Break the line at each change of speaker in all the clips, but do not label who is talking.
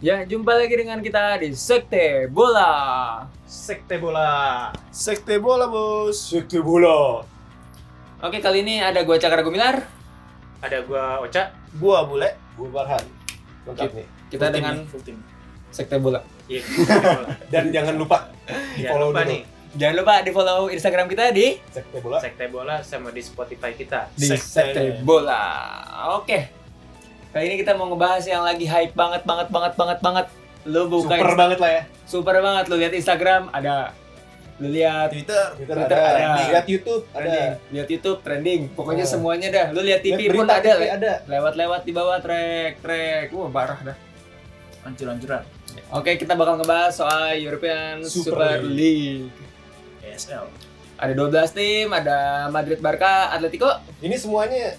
Ya, jumpa lagi dengan kita di Sekte Bola.
Sekte bola.
Sekte bola bos.
Sekte bola.
Oke, kali ini ada gue Cakra Gumilar.
Ada gua Oca.
Gua bule. Gitu. Gua Barhan. Lengkap nih.
Kita
Full team
dengan
nih, full team.
Sekte Bola.
Iya.
Dan jangan lupa
Jangan
follow
Iya, lupa
dulu.
nih
Jangan lupa di follow Instagram kita di
sekte bola.
Sekte bola sama di Spotify kita.
di
Sekte.
Sekte Bola. Oke. Kali ini kita mau ngebahas yang lagi hype banget banget banget banget banget. Lu buka
Super
Inst-
banget lah ya.
super banget lu lihat Instagram ada. Lu lihat
Twitter, Twitter,
Twitter
ada.
ada.
Lihat YouTube
trending,
Iya.
ada.
lihat YouTube trending. Pokoknya
Nah.
Ah.
semuanya dah. Lu lihat
Lihat
TV pun
berita
ada
TV
kan?
le-
ada.
lewat-lewat di bawah trek trek. Wah, parah dah.
Hancur-hancuran.
Oke, kita bakal ngebahas soal European Super,
Super
League.
E
ESL.
Ada 12 tim, ada Madrid, Barca, Atletico.
Ini semuanya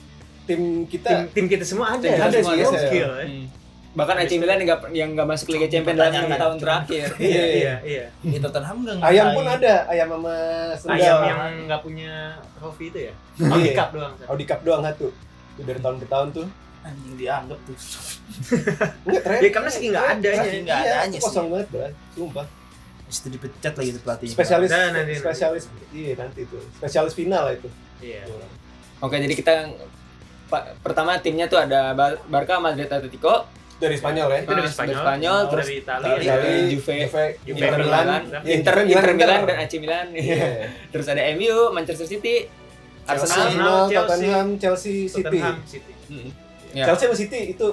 tim
Tim,
kita.
tim kita semua ada.
Tim kita
Ada
semua
sih,
ada.
gokil, ya.
Hmm. Bahkan AC Milan yang nggak- yang nggak masuk Liga Champions dalam
Pertanyaan
enam tahun terakhir.
Iya,
Iya.
iya, iya.
di Ya, Tottenham enggak
Ayam pun ada. Ayam sama sendal.
Ayam yang nggak punya trofi itu ya. Audi Cup doang. Sat.
Audi Cup doang satu. Itu dari tahun ke tahun tuh.
anjing dianggap tuh
Enggak terakhir.
Ya karena saking nggak adanya.
Saking nggak
Iya,
adanya
itu Kosong banget lah. Sumpah.
itu dipecat lagi tuh pelatihnya
Spesialis.
Nah, nanti, nanti.
Spesialis. Iya nanti tuh. Spesialis final lah itu.
Iya.
Oke, jadi kita pa- pertama timnya tuh ada Bar- Barca, Madrid, Atletico,
Dari Spanyol ya.
Itu Ah, dari
Mas,
Spanyol,
Spanyol, terus
dari Itali,
Itali,
ada
Juve,
Juve,
Inter Milan,
Milan,
Iya,
Inter, Inter Milan dan AC Milan.
Iya.
terus ada MU, Manchester City, Arsenal.
Chelsea.
Arsenal,
Chelsea.
Tottenham, Chelsea, City. Iya.
Tottenham City.
Hmm. Ya.
Chelsea sama City itu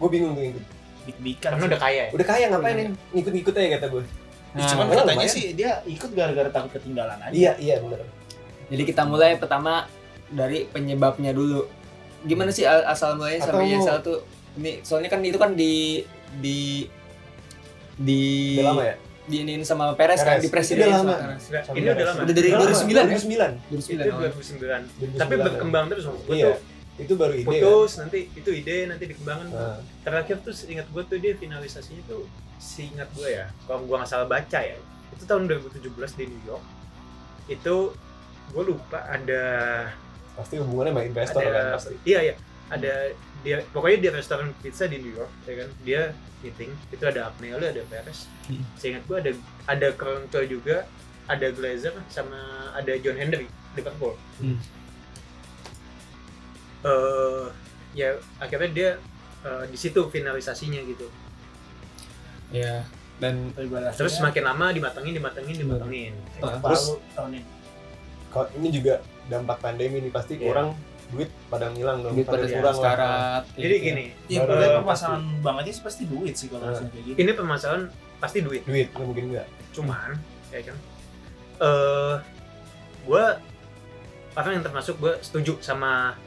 gue bingung gue ngikut.
big big kan
Karena udah kaya ya.
Udah kaya ngapain ini? Ngikut-ngikut aja kata gue.
Nah,
cuman
lumayan.
katanya sih dia ikut gara-gara takut ketinggalan aja
Iya, iya benar.
jadi kita mulai pertama dari penyebabnya dulu. Gimana sih al- asal mulanya
Atau
sampai
mau-
ESL tuh? Ini soalnya kan itu kan di di di
Udah lama ya?
diinin sama Perez, kan
Perez.
di presiden
Udah
sama
lama.
Perez.
Sama
Ini
Perez.
udah lama.
Udah dari
Udah lama,
2009 ya?
2009.
2009.
Itu
awal.
2009. Tapi
2009.
berkembang terus maksud gue
Iya.
tuh
Itu baru ide.
putus nanti itu ide nanti dikembangkan
kan? Nah,
terakhir tuh ingat gue tuh dia finalisasinya tuh seingat gue ya kalau gue nggak salah baca ya itu tahun 2017 di New York itu gue lupa ada
pasti hubungannya sama investor
ada
kan pasti.
iya iya ada dia pokoknya di restoran pizza di New York ya kan dia meeting itu ada Abney lalu ada Perez
Hmm.
seingat gue ada ada Kroenkel juga ada Glazer sama ada John Henry Liverpool
Hmm.
Eh, ya akhirnya dia eh, di situ finalisasinya gitu
Ya. Dan
Tapi gua rasanya
Terus semakin lama dimatengin, dimatengin, dimatengin.
tahun
Terus
lalu, tahun ini
kalau ini juga dampak pandemi nih pasti
Iya.
kurang duit pada ngilang dong.
duit pada
Padahal
kurang
kurang
sekarat.
Jadi
gitu.
gini,
ya
Baru-
gue
baru-
permasalahan bang aja sih pasti duit sih kalau
Nah.
misalnya kayak gitu
ini permasalahan pasti duit.
Duit nggak mungkin enggak.
Cuman, ya kan, eh gue orang yang termasuk gue setuju sama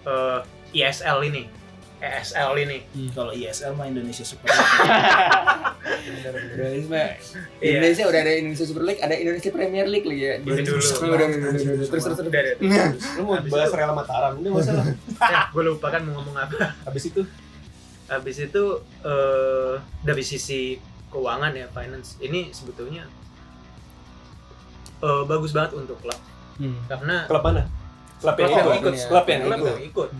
eh, ISL ini, ESL ini.
kalau ISL mah Indonesia Super League.
Realisme. Di
Iya.
Indonesia udah ada Indonesia Super League, ada Indonesia Premier League lagi ya.
Itu dulu.
Udah, udah, udah, udah, udah. Terus terus terus.
Udah, udah, udah.
Lu mau
Habis
bahas
itu-
rela Mataram, ini masalah.
Eh, gue lupa kan mau ngomong apa.
Habis itu
Habis itu eh dari sisi keuangan ya, finance. Ini sebetulnya eh, bagus banget untuk klub
Hmm.
karena
klub mana? Klub yang
Klub
ikut,
yang ikut.
klub yang
klub
ikut.
nggak ikut.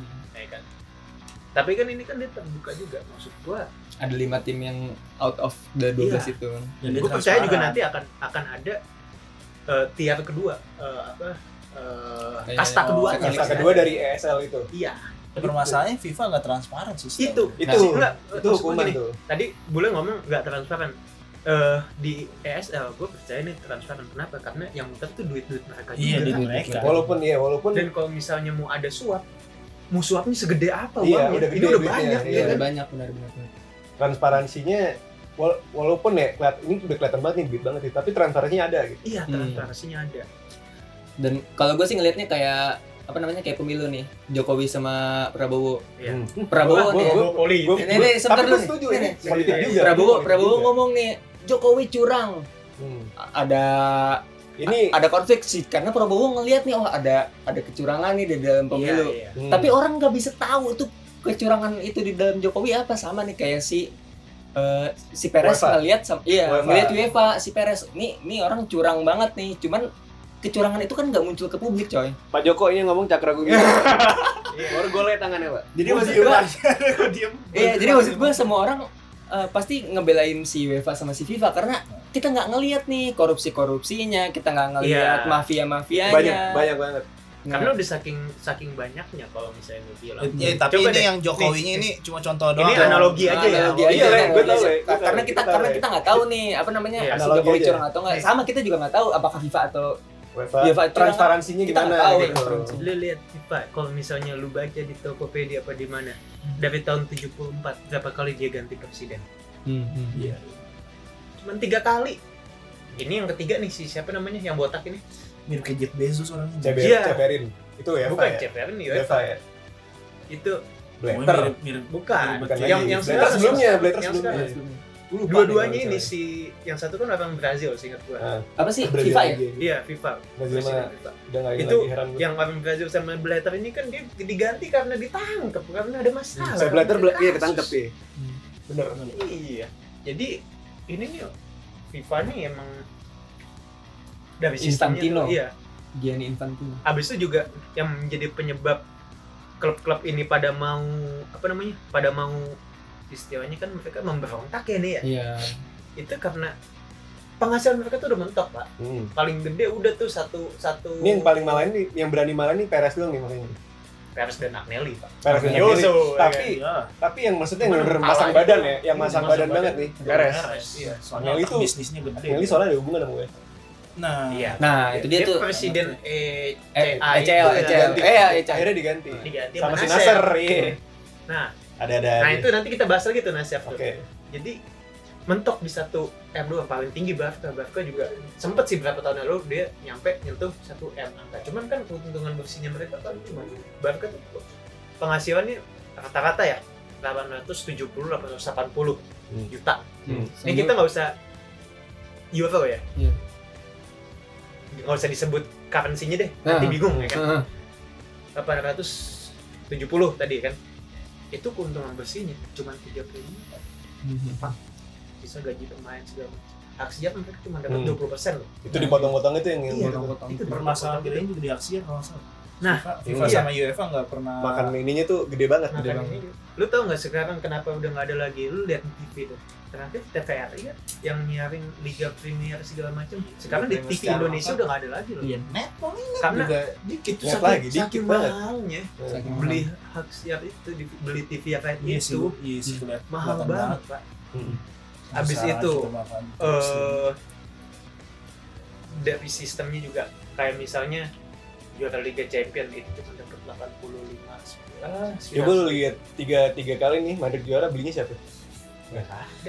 ya kan tapi kan ini kan dia terbuka juga maksud gua
Ada lima tim yang out of the 12
Iya.
itu.
Dan dia
gua percaya juga
transparan.
nanti akan akan ada eh, tier kedua eh, apa eh,
Kayak-
kasta kedua
kayak
Kasta
Iya.
kedua dari ESL itu.
iya
Tapi permasalahannya FIFA nggak transparan sih setahu
itu
Itu
Maksud
Nah,
gua, eh,
itu
maksud gua
hukuman
gini,
tuh.
tadi boleh ngomong nggak transparan Eh, di ESL gue percaya ini transparan kenapa karena yang muter tuh duit duit mereka
gua. iya
juga
di mereka
Walaupun ya, walaupun
dan kalau misalnya mau ada suap mau suapnya segede apa
Iya,
uangnya?
udah
ini
gede
udah
duitnya,
banyak
iya.
ya
Ada
kan
banyak benar-benar.
transparansinya wala- walaupun ya keliat- ini udah kelihatan banget nih duit banget nih, tapi transparansinya ada gitu.
iya
Hmm.
transparansinya ada
Dan kalau gue sih ngelihatnya kayak apa namanya kayak pemilu nih Jokowi sama Prabowo
Iya.
Hmm.
Prabowo
Gua-
nih
gua-
Gua politik.
gua-
Ini- ini sebentar
tapi gue
dulu nih.
setuju
Ini-
ini
ini.
politik
Iya, iya.
juga.
Prabowo
politik
Prabowo
juga.
ngomong nih Jokowi curang
Hmm.
A- ada
Ini
ada konflik sih karena Prabowo ngelihat nih oh ada ada kecurangan nih di dalam pemilu
Iya, iya.
hmm.
tapi orang nggak bisa tahu tuh kecurangan itu di dalam Jokowi apa sama nih kayak si eh, si Perez
UEFA.
ngelihat sama iya
UEFA.
ngelihat UEFA si Perez nih nih orang curang banget nih cuman kecurangan itu kan nggak muncul ke publik coy
Pak Joko ini ngomong cakraku gitu.
Iya,
Baru gue liat tangannya, Pak.
jadi maksud gua
Diam.
iya jadi maksud gua semua orang eh, pasti ngebelain si UEFA sama si FIFA karena kita nggak ngelihat nih korupsi korupsinya kita nggak ngelihat Nah, mafia
Iya.
mafianya
banyak
Iya.
banyak banget
Karena udah saking saking banyaknya kalau misalnya gue bilang.
Ya, tapi
Coba
ini
deh.
yang Jokowinya
Nih,
ini cuma contoh doang.
Ini analogi aja ya.
analogi
Iya,
analogi
Le, gua tahu,
aja.
Le, gua
karena
tahu, ya,
kita
gua
karena
tahu,
kita nggak tahu nih apa namanya
Iya,
si
analogi
Jokowi
aja.
curang atau nggak
Iya.
sama kita juga nggak tahu apakah FIFA atau
UEFA
UEFA itu
transparansinya
Iya, kita
gimana
nggak tahu
gitu.
transparansi.
Lu lihat Pak, kalau misalnya lu baca di Tokopedia apa di mana, dari tahun 74 berapa kali dia ganti presiden?
Iya.
Cuman tiga kali. Ini yang ketiga nih si siapa namanya yang botak ini?
Mirip kayak Jeff Bezos orangnya.
CBR,
Iya.
CBRin itu UEFA
Bukan
ya
CPR nih,
UEFA ya
itu
Blatter
Mirip, mirip.
bukan.
Bukan
yang
lagi. Blatter
yang sekarang
sebelumnya Blatter
yang
sebelumnya
sekarang.
Gua lupa
dua-duanya
nih,
ini
cewek.
si yang satu kan orang Brazil seingat gua.
Ah,
apa sih
Brazil
FIFA ya
aja.
Iya, FIFA.
Brazil
Presiden
mah
FIFA.
udah nggak
Itu
lagi heran gua.
Yang orang Brazil sama Blatter ini kan dia diganti karena ditangkap karena ada masalah.
Hmm,
Saya belajar
Ada
iya
kasus.
ketangkep ya.
bener
Iya. Jadi ini nih FIFA nih emang dari sistemnya
Infantino.
tuh, Iya.
Gianni Infantino
Abis itu juga yang menjadi penyebab klub-klub ini pada mau apa namanya? Pada mau istilahnya kan mereka memberontak ya nih ya.
iya
Itu karena penghasilan mereka tuh udah mentok pak.
Hmm.
Paling gede udah tuh satu satu.
ini yang paling malah ini yang berani malah ini Perez doang nih makanya
Paris dan Agnelli pak.
Perez dan
Agnelli.
Agnelli. tapi
Iya.
tapi yang maksudnya yang
Cuman
bener
kalah
masang
aja.
badan ya yang masang
Masang
badan
badan.
banget nih
Perez.
Iya.
Iya.
Soalnya
Yang
itu
itu-
bisnisnya gede.
Agnelli soalnya ada hubungan sama gue
Nah,
Iya.
nah itu dia tuh
presiden
eh,
ECL
Iya,
ECL ECL
Ganti.
eh ya ECL
akhirnya diganti
iya, diganti
sama si Nasser iya
Nah,
ada ada
nah
aja.
itu nanti kita bahas lagi tuh Nasir tuh.
oke
Jadi mentok di satu M2 paling tinggi Bafka. Bafka juga sempet sih berapa tahun lalu dia nyampe nyentuh satu M angka. Cuman kan keuntungan bersihnya mereka kan cuma Bafka tuh penghasilannya rata-rata ya 870
Hmm.
880 juta.
Hmm.
Ini kita nggak usah UFO ya.
Iya.
Nggak usah disebut currency-nya deh. Nanti
Ah.
bingung ya kan.
Heeh.
870 tadi kan itu keuntungan bersihnya cuma 30 juta bisa gaji pemain segala macam aksinya kan mereka cuma dapat
Hmm. gitu.
20 persen loh
itu dipotong-potong itu yang, yang
Iya,
potong-potong.
itu gitu.
permasalahan
gede
gedenya juga di aksi ya kalau nggak salah.
Nah,
FIFA, FIFA
iya.
sama UEFA nggak pernah
makan ininya tuh gede banget
Nah,
Gede
kan
banget.
ini, lu tau nggak sekarang kenapa udah nggak ada lagi lu lihat di TV tuh terakhir TVRI kan yang nyaring Liga Premier segala macam sekarang di
Liga Premier
TV
sekarang
Indonesia
apa?
udah nggak ada lagi loh
Iya.
net paling
karena
juga
dikit tuh
Net
saking,
lagi, dikit
saking
banget.
mahalnya
Saking mahal.
beli hak siap itu di- beli TV yang kayak
iya sih
itu
iya sih kelihatan
mahal
kelihatan
banget pak
Hmm.
Abis
Besar
itu,
kita makan. gitu.
eh dari sistemnya juga kayak misalnya juara Liga Champion itu cuma dapat 85 sebulan.
coba lu Ya, lihat tiga tiga kali nih Madrid juara belinya siapa nggak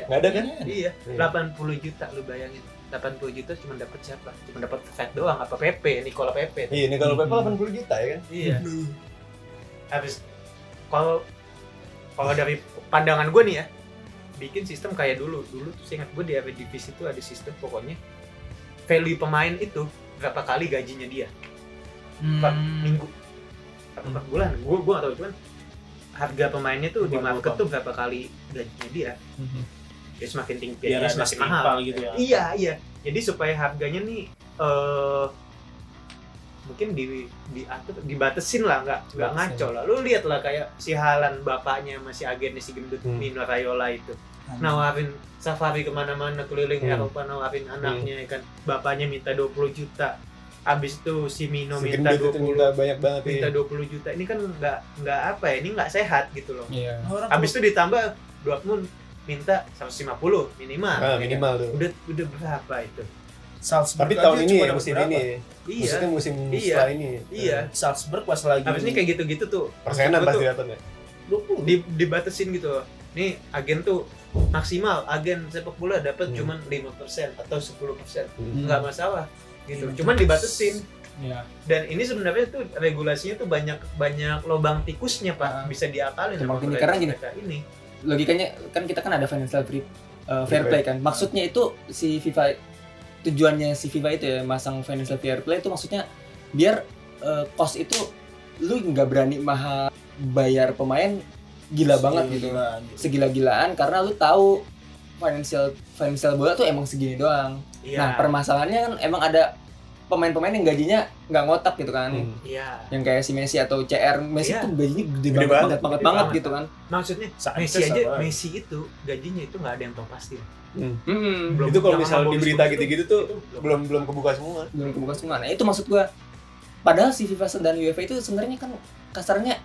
ada kan
Iya, 80 juta lu bayangin. 80 juta cuma dapat siapa? Cuma dapat Fed doang apa PP, Nicola PP.
iya ini kalau
hmm.
Pepe 80 juta ya kan
Iya. Habis kalau kalau dari pandangan gue nih ya, bikin sistem kayak dulu. Dulu tuh seingat gue di divisi itu ada sistem pokoknya value pemain itu berapa kali gajinya dia. empat
Hmm.
minggu apa empat bulan gue gue gak tau cuman harga pemainnya tuh di
Bulan
market
berapa?
tuh berapa kali gajinya dia
Mhm.
ya semakin tinggi
Hmm. biar
gajinya
ada
semakin mahal
setimpal gitu ya
iya iya jadi supaya harganya nih eh mungkin di diatur dibatesin lah nggak nggak
Dibatesin.
ngaco lah lu lihat lah kayak si Halan bapaknya masih agennya si gendut
Hmm.
Mino Raiola itu nawarin safari kemana-mana keliling
Hmm.
Eropa nawarin anaknya ya kan bapaknya minta 20 juta abis itu si Mino
si
minta
gendut itu
20
minta banyak banget
minta
ya
20 juta ini kan nggak nggak apa ya ini nggak sehat gitu loh
Iya.
Nah, orang
habis itu ditambah Dortmund minta 150 minimal
ah,
ya kan?
minimal tuh
udah udah berapa itu
Salzburg
tapi
aja
tahun ini
cuma
ya
dapat
musim
berapa? Hmm.
ini ya
iya
maksudnya musim
Iya.
setelah ini ya.
iya
Salzburg pas lagi
habis Iya. ini kayak gitu-gitu tuh
persenan
Maksud gua
pasti datang ya
20
di, dibatasin gitu loh. Nih agen tuh maksimal agen sepak bola dapat
Hmm.
cuman 5% atau 10%.
Hmm.
Nggak masalah gitu.
Iya.
Cuman dibatasin
Iya.
dan ini sebenarnya tuh regulasinya tuh banyak banyak lobang tikusnya Pak,
Ah.
bisa diakalin
Lubang
sama
ini, karena gini.
mereka ini.
logikanya kan kita kan ada financial free, uh, fair play kan maksudnya itu si FIFA tujuannya si FIFA itu ya masang financial fair play itu maksudnya biar uh, cost itu lu nggak berani mahal bayar pemain gila banget gitu
Gila, gitu.
segila-gilaan karena lu tahu financial financial bola tuh emang segini doang.
Iya.
Nah, permasalahannya kan emang ada pemain-pemain yang gajinya nggak ngotak gitu kan.
Hmm.
Iya.
Yang kayak si Messi atau CR, Messi
Iya.
tuh gajinya gede,
Gede banget,
banget, banget, banget, banget
gede banget.
gitu kan.
Maksudnya
Saatnya
Messi aja,
sabar.
Messi itu gajinya itu nggak ada yang tahu pasti.
Hmm.
Belum-
itu kalau
yang
misal
sama
di
bonus
berita
bonus
gitu-gitu tuh
itu belum.
belum belum kebuka semua
Belum kebuka semua. Nah, itu maksud gua. Padahal si FIFA dan UEFA itu sebenarnya kan kasarnya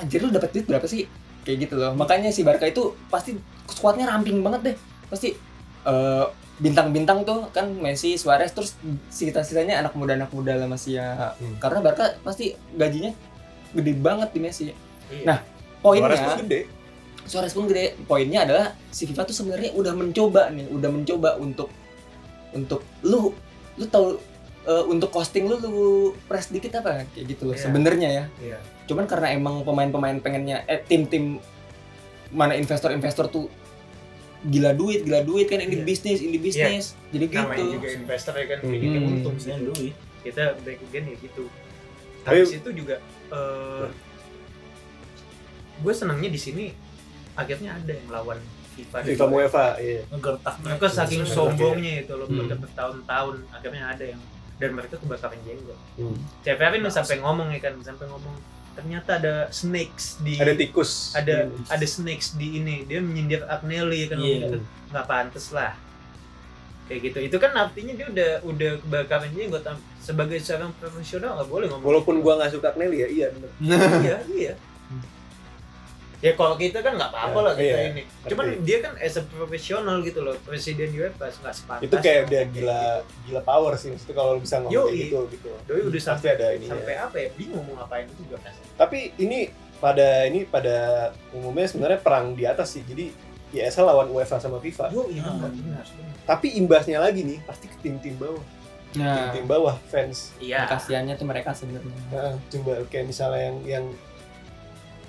anjir lu dapat duit berapa sih? Kayak gitu loh. Makanya si Barca itu pasti skuadnya ramping banget deh. Pasti eh, bintang-bintang tuh kan Messi, Suarez terus sisa-sisanya anak muda-anak muda lah masih ya.
Hmm.
Karena Barca pasti gajinya gede banget di Messi.
Iya.
Nah, Poinnya
Suarez tuh gede
Suarez pun gede. Poinnya adalah si FIFA tuh sebenarnya udah mencoba nih, udah mencoba untuk untuk lu lu tahu eh, untuk costing lu lu press dikit apa kayak gitu loh
Iya.
sebenarnya ya.
Iya.
Cuman karena emang pemain-pemain pengennya eh tim-tim mana investor-investor tuh gila duit, gila duit kan ini
Iya.
bisnis, ini bisnis. Jadi
namanya
gitu.
juga investor ya kan
Hmm.
bikinnya untung sih.
Misalnya iya. duit.
kita back again ya gitu
Tapi- Nah.
habis itu juga eh, gue senangnya di sini akhirnya ada yang lawan FIFA dan
FIFA
UEFA.
UEFA iya
Ngegertak.
mereka saking sombongnya itu loh
Hmm.
udah bertahun-tahun akhirnya ada yang dan mereka kebakaran jenggot
Hmm.
CPFin sampai ngomong ya kan sampai ngomong ternyata ada snakes di
ada tikus
ada
Iya.
ada snakes di ini dia menyindir Agnelli ya kan
Iya.
ngomong gitu. nggak pantas lah kayak gitu itu kan artinya dia udah udah kebakaran jenggot sebagai seorang profesional nggak boleh ngomong
walaupun gua nggak suka Nelly ya iya bener
iya iya ya kalau kita kan nggak apa-apa
Ya,
lah kita
iya,
ini cuman dia kan as a profesional gitu loh presiden UEFA nggak sepantas
itu kayak udah gila gila power sih maksudnya kalau lu bisa ngomong kayak
Yoi.
gitu gitu
doi udah
pasti
sampai
ada ini
sampai apa ya bingung mau ngapain itu juga kan
tapi ini pada ini pada umumnya sebenarnya perang di atas sih jadi ISL lawan UEFA sama FIFA
yo iya
Hmm.
benar benar
tapi imbasnya lagi nih pasti ke tim-tim bawah
Nah,
tim-tim bawah fans
iya
kasihannya tuh mereka sebenarnya.
Nah, coba kayak misalnya yang yang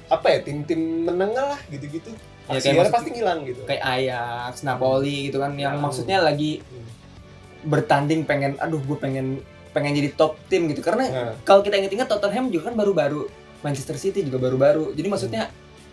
apa ya tim-tim menengah lah gitu-gitu
Ya,
ya,
kayak maksud-
pasti ngilang gitu
Kayak Ajax, Napoli gitu kan yang
Ya.
maksudnya lagi
Hmm.
bertanding pengen aduh gue pengen pengen jadi top tim gitu karena
nah,
kalau kita inget-inget Tottenham juga kan baru-baru Manchester City juga baru-baru jadi maksudnya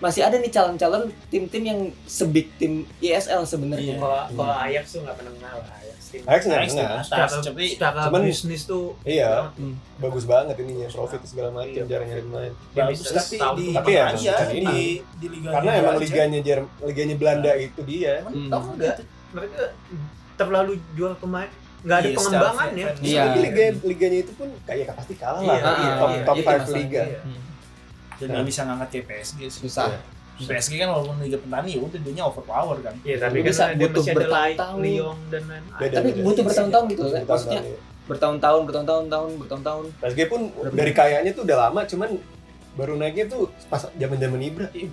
masih ada nih calon-calon tim-tim yang sebig tim ISL sebenarnya
kalau kalau Ajax tuh nggak pernah ngalah Ajax tim
Ajax nggak
Ajax
menengah
kan? atas, tapi
secara
Cuman-
bisnis tuh
iya
Hmm.
bagus banget ininya profit segala macam
Iya.
jarang nyari pemain
dia
bagus
bisa
tapi
setahun
di
Tapi ya,
iya,
bukan
di,
ini.
di liga
karena
Iya,
emang liganya Jerm- liganya Belanda itu dia
Emang
Hmm.
tau nggak?
mereka terlalu jual pemain nggak ada
Iya,
pengembangan ya
secara
Iya.
tapi liga liganya itu pun kayak pasti kalah lah
Iya,
kan,
iya,
top
iya,
top
itu
five
masalahnya.
liga
Hmm. Iya.
dan nggak bisa ngangkat kayak PSG sih.
susah
PSG kan walaupun liga petani ya udah dia overpower kan
Iya, tapi
Lu bisa
kan dia
butuh
masih ada
bertahun-tahun.
Lai- Lyon dan lain-lain.
Beda.
tapi
Iya,
butuh
iya.
bertahun-tahun gitu kan
Tahun-tahun
maksudnya
ya.
bertahun-tahun bertahun-tahun tahun bertahun-tahun
PSG pun dari kayaknya tuh udah lama cuman baru naiknya tuh pas zaman zaman Ibra
Iya.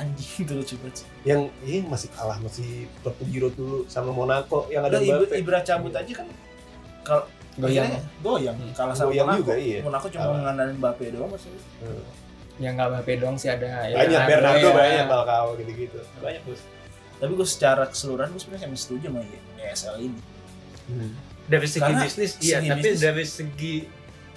anjing itu lucu banget sih.
yang eh, masih kalah masih klub Euro dulu sama Monaco yang
Udah
ada
Iya,
Ibra,
Mbappe
Ibra cabut aja kan kalau
goyang
akhirnya goyang
Hmm.
kalah sama
Goyang
Monaco
juga, iya.
Monaco cuma
Kalah.
mengandalkan Mbappe doang maksudnya
Hmm.
ya nggak apa-apa doang sih ada ya,
banyak
Andre,
Bernardo
ya.
banyak Falcao gitu gitu banyak bos
tapi gue secara keseluruhan gue sebenarnya emang setuju sama ESL ini
Hmm.
Dari segi
Karena
bisnis, iya,
segi
tapi
bisnis.
dari segi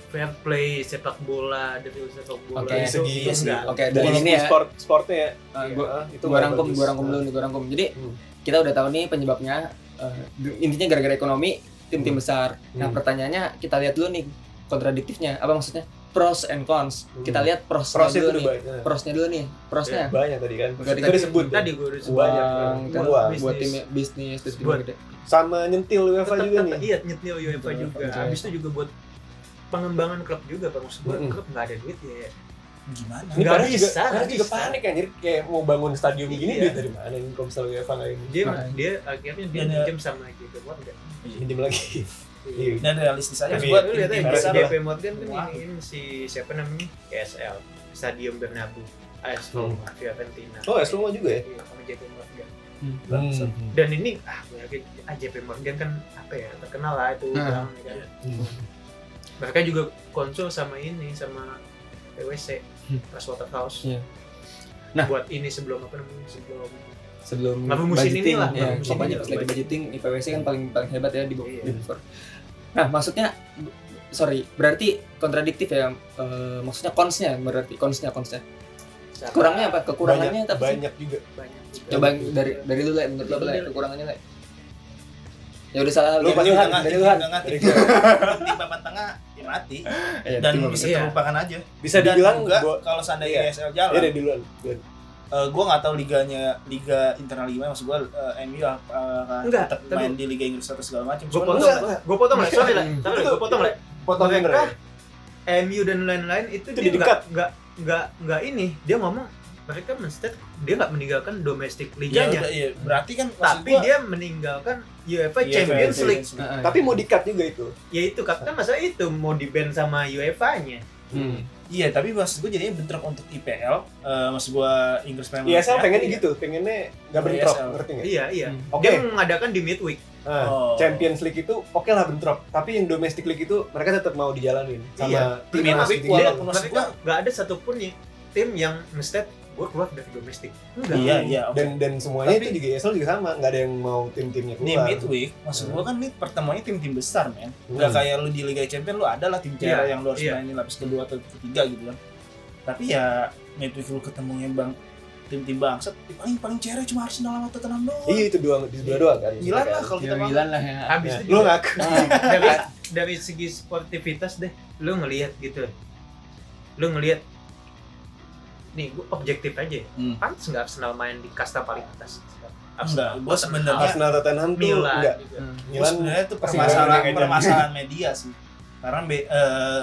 fair play, sepak bola, dari sepak bola
Oke.
itu
Segi-
iya
segi-
enggak.
oke dari
dari
ini ya
sport sportnya ya
uh, gua-
Ah, itu
gua
nggak
rangkum
bagus.
gua rangkum dulu nih gua rangkum jadi
Hmm.
kita udah tahu nih penyebabnya eh, g- intinya gara-gara ekonomi tim-tim
Hmm.
besar nah
Hmm.
pertanyaannya kita lihat dulu nih kontradiktifnya apa maksudnya pros and cons
Hmm.
kita lihat pros
prosnya
dulu
tuh udah
nih
banyak
prosnya dulu nih prosnya
banyak tadi kan
Udah
itu disebut
Tadi gue udah sebut
Banyak,
uang
banyak.
terus
Uang,
kan, buat tim ya.
bisnis.
bisnis terus tim
Buat-
gede
sama nyentil UEFA
Tetap-
juga
tetap-
nih
Iya, nyetil UEFA
Betul,
juga.
betul.
Habis itu juga buat pengembangan klub juga, Pak. Maksud gue,
Mm-mm.
klub nggak ada duit ya.
gimana
ini
Nggak
padahal juga
bisa,
padahal
nggak
juga
bisa.
panik anjir kayak mau bangun stadium gini
Iya.
duit dari mana ini kalau misalnya UEFA nggak ini
Dia
Makanya.
dia akhirnya dia
Dan, eh,
pinjam sama JP Morgan.
pinjam lagi
Iya.
Iya.
dan realistis aja
Tapi-
buat
Lu lihat
tim
aja
besar
JP Morgan kan
Wah.
ini, ini si siapa namanya? ESL, Stadium Bernabeu, AS Roma,
Hmm.
Fiorentina.
oh AS Roma juga ya
Iya, sama JP Morgan.
Hmm.
dan ini ah gue yakin AJP Morgan kan apa ya terkenal lah itu
Nah.
orang, ya kan.
hmm.
mereka juga konsul sama ini sama PwC
Hmm.
Pricewaterhouse
Iya. Nah.
buat ini sebelum apa namanya sebelum
sebelum
Baru musim
budgeting,
inilah,
ya,
baru musim
pokoknya
ini
pas
lah,
lagi
budgeting.
budgeting IPWC kan paling paling hebat ya di bawah
Iya.
di Buffer. Nah maksudnya sorry berarti kontradiktif ya eh, maksudnya consnya berarti consnya consnya kurangnya apa kekurangannya
banyak,
tapi
banyak juga
banyak juga.
coba dari dari lu lah menurut lu
Iya.
apa lah kekurangannya lah ya udah salah
Lu
dari
paling
lu Han
tengah,
dari
tim
lu Han
tengah, tim tim papan tengah, ya mati.
Iya,
Dan
tim-
bisa
Iya.
terlupakan aja.
bisa
Dan
dibilang
enggak,
gua-
kalau seandainya
iya.
ESL
ya
jalan,
deh duluan duluan.
Eh, gue nggak tahu liganya liga internal gimana maksud eh, gue MU akan
Enggak,
kan tetap
tapi-
main di liga Inggris atau segala macam
gue
Cuman
potong
gua-
gue potong lah sorry
Hmm.
lah sorry
Itu-
gue potong lah
potong
Mereka-
bener ya.
MU dan lain-lain itu,
Itu
dia
didekat.
nggak nggak nggak nggak ini dia ngomong mereka menstate dia nggak meninggalkan domestic
ya
liganya
udah, iya. berarti kan maksud
tapi
gua,
dia meninggalkan UEFA
Iya,
Champions
Champions
League
Heeh.
tapi mau dikat juga itu
ya itu kan masa itu mau di ban sama UEFA nya
Hmm.
iya tapi maksud gue jadinya bentrok untuk IPL Eh maksud gue Inggris Premier League
ISL pengennya
Iya.
gitu pengennya nggak bentrok
ISL.
ngerti nggak
iya iya
Hmm.
oke
dia mengadakan di midweek
nah,
Oh.
Champions League itu oke lah bentrok tapi yang domestic league itu mereka tetap mau dijalanin sama gitu.
Iya.
tim
Premier
masih
League,
tinggi.
Dia,
Walaupun maksud
mereka nggak ada satupun yang tim yang menstate gue keluar dari domestik enggak
iya iya oke.
dan dan semuanya
Tapi-
itu juga ESL juga sama nggak ada yang mau tim-timnya
Ini
keluar
midweek, maksud gua kan ini pertemuannya tim-tim besar men
Hmm.
Gak kayak lu di Liga Champions, lu ada lah tim
Iya,
juara yang lu harus
iya.
mainin lapis kedua atau ketiga gitu kan Tapi ya midweek lu ketemunya bang tim-tim bangsat, paling paling cera cuma Arsenal sama Tottenham doang
iya itu dua di sebelah doang kan
Gila lah kalau
ya
Iya,
kita ngomong
Milan lah ya
habis
Ya.
itu
lu
juga
ngaku
Ah,
dari dari segi sportivitas deh lu ngelihat gitu lu ngelihat nih gue objektif aja ya
Hmm.
pantas nggak Arsenal main di kasta paling atas
Enggak, gue sebenarnya
Arsenal Tottenham tuh
Milan gitu.
enggak
juga.
hmm.
gua
Milan
sebenarnya itu
masih
permasalahan
ada yang
permasalahan media sih. Karena be- eh,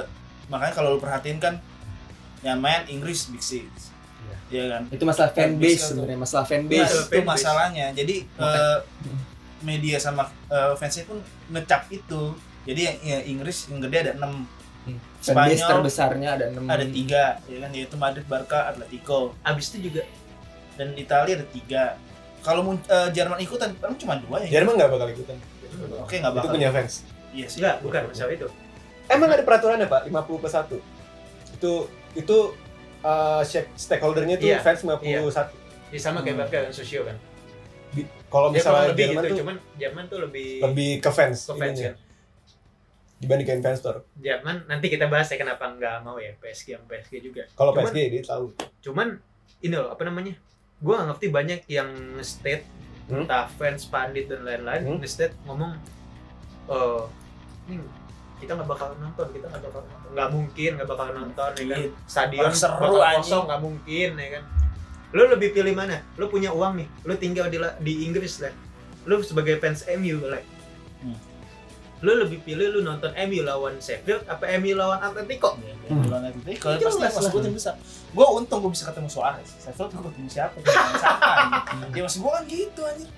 makanya kalau lu perhatiin kan yang main Inggris Big Six. Iya kan?
itu masalah
Habis
fanbase
itu.
sebenarnya masalah
Nah,
fanbase
Masalah
itu
fanbase.
masalahnya. Jadi eh, media sama eh, fansnya pun ngecap itu. Jadi yang ya, Inggris yang gede ada 6,
Hmm.
fanbase
Iya.
Spanyol
terbesarnya ada enam
ada 3, ya kan yaitu Madrid, Barca, Atletico
abis itu juga
dan Italia ada 3. Kalau mun- eh, Jerman ikutan paling cuma 2 ya.
Jerman nggak bakal ikutan
Oke, nggak
itu
bakal.
punya fans
Iya sih.
enggak bukan masalah itu
Emang ada peraturannya pak, 50 per 1 Itu itu uh, shak- stakeholdernya tuh
Iya.
fans 51
ya sama kayak
Hmm.
Barca dan Susio kan
Di- Kalau
dia kurang
misalnya
lebih
Jerman
gitu
tuh
cuman Jerman tuh lebih
lebih ke fans,
ke fans
ininya,
kan
dibandingkan investor.
Jerman nanti kita bahas ya kenapa nggak mau ya PSG sama PSG juga
Kalau
Cuman-
PSG dia tahu.
cuman ini loh apa namanya gue nggak ngerti banyak yang nge-state
Hmm?
entah fans pandit dan lain-lain
Hmm?
nge-state ngomong eh ini kita nggak bakal nonton kita nggak bakal nonton nggak mungkin nggak bakal nonton ya kan
Iya.
stadion
Orang seru,
bakal
anjing.
kosong nggak mungkin ya kan lu lebih pilih mana lu punya uang nih lu tinggal di la- di Inggris lah lu sebagai fans MU lah
Hmm.
lu lebih pilih lu nonton MU lawan Sheffield apa MU lawan Atletico
Ya, ya,
Hmm.
lawan Atletico,
Jelas
pasti
lah.
mas gue tim besar. Gue untung gue bisa ketemu Suarez. Saya tuh gue ketemu siapa? Gue ketemu siapa? anjing. Ya maksud gue kan gitu anjir.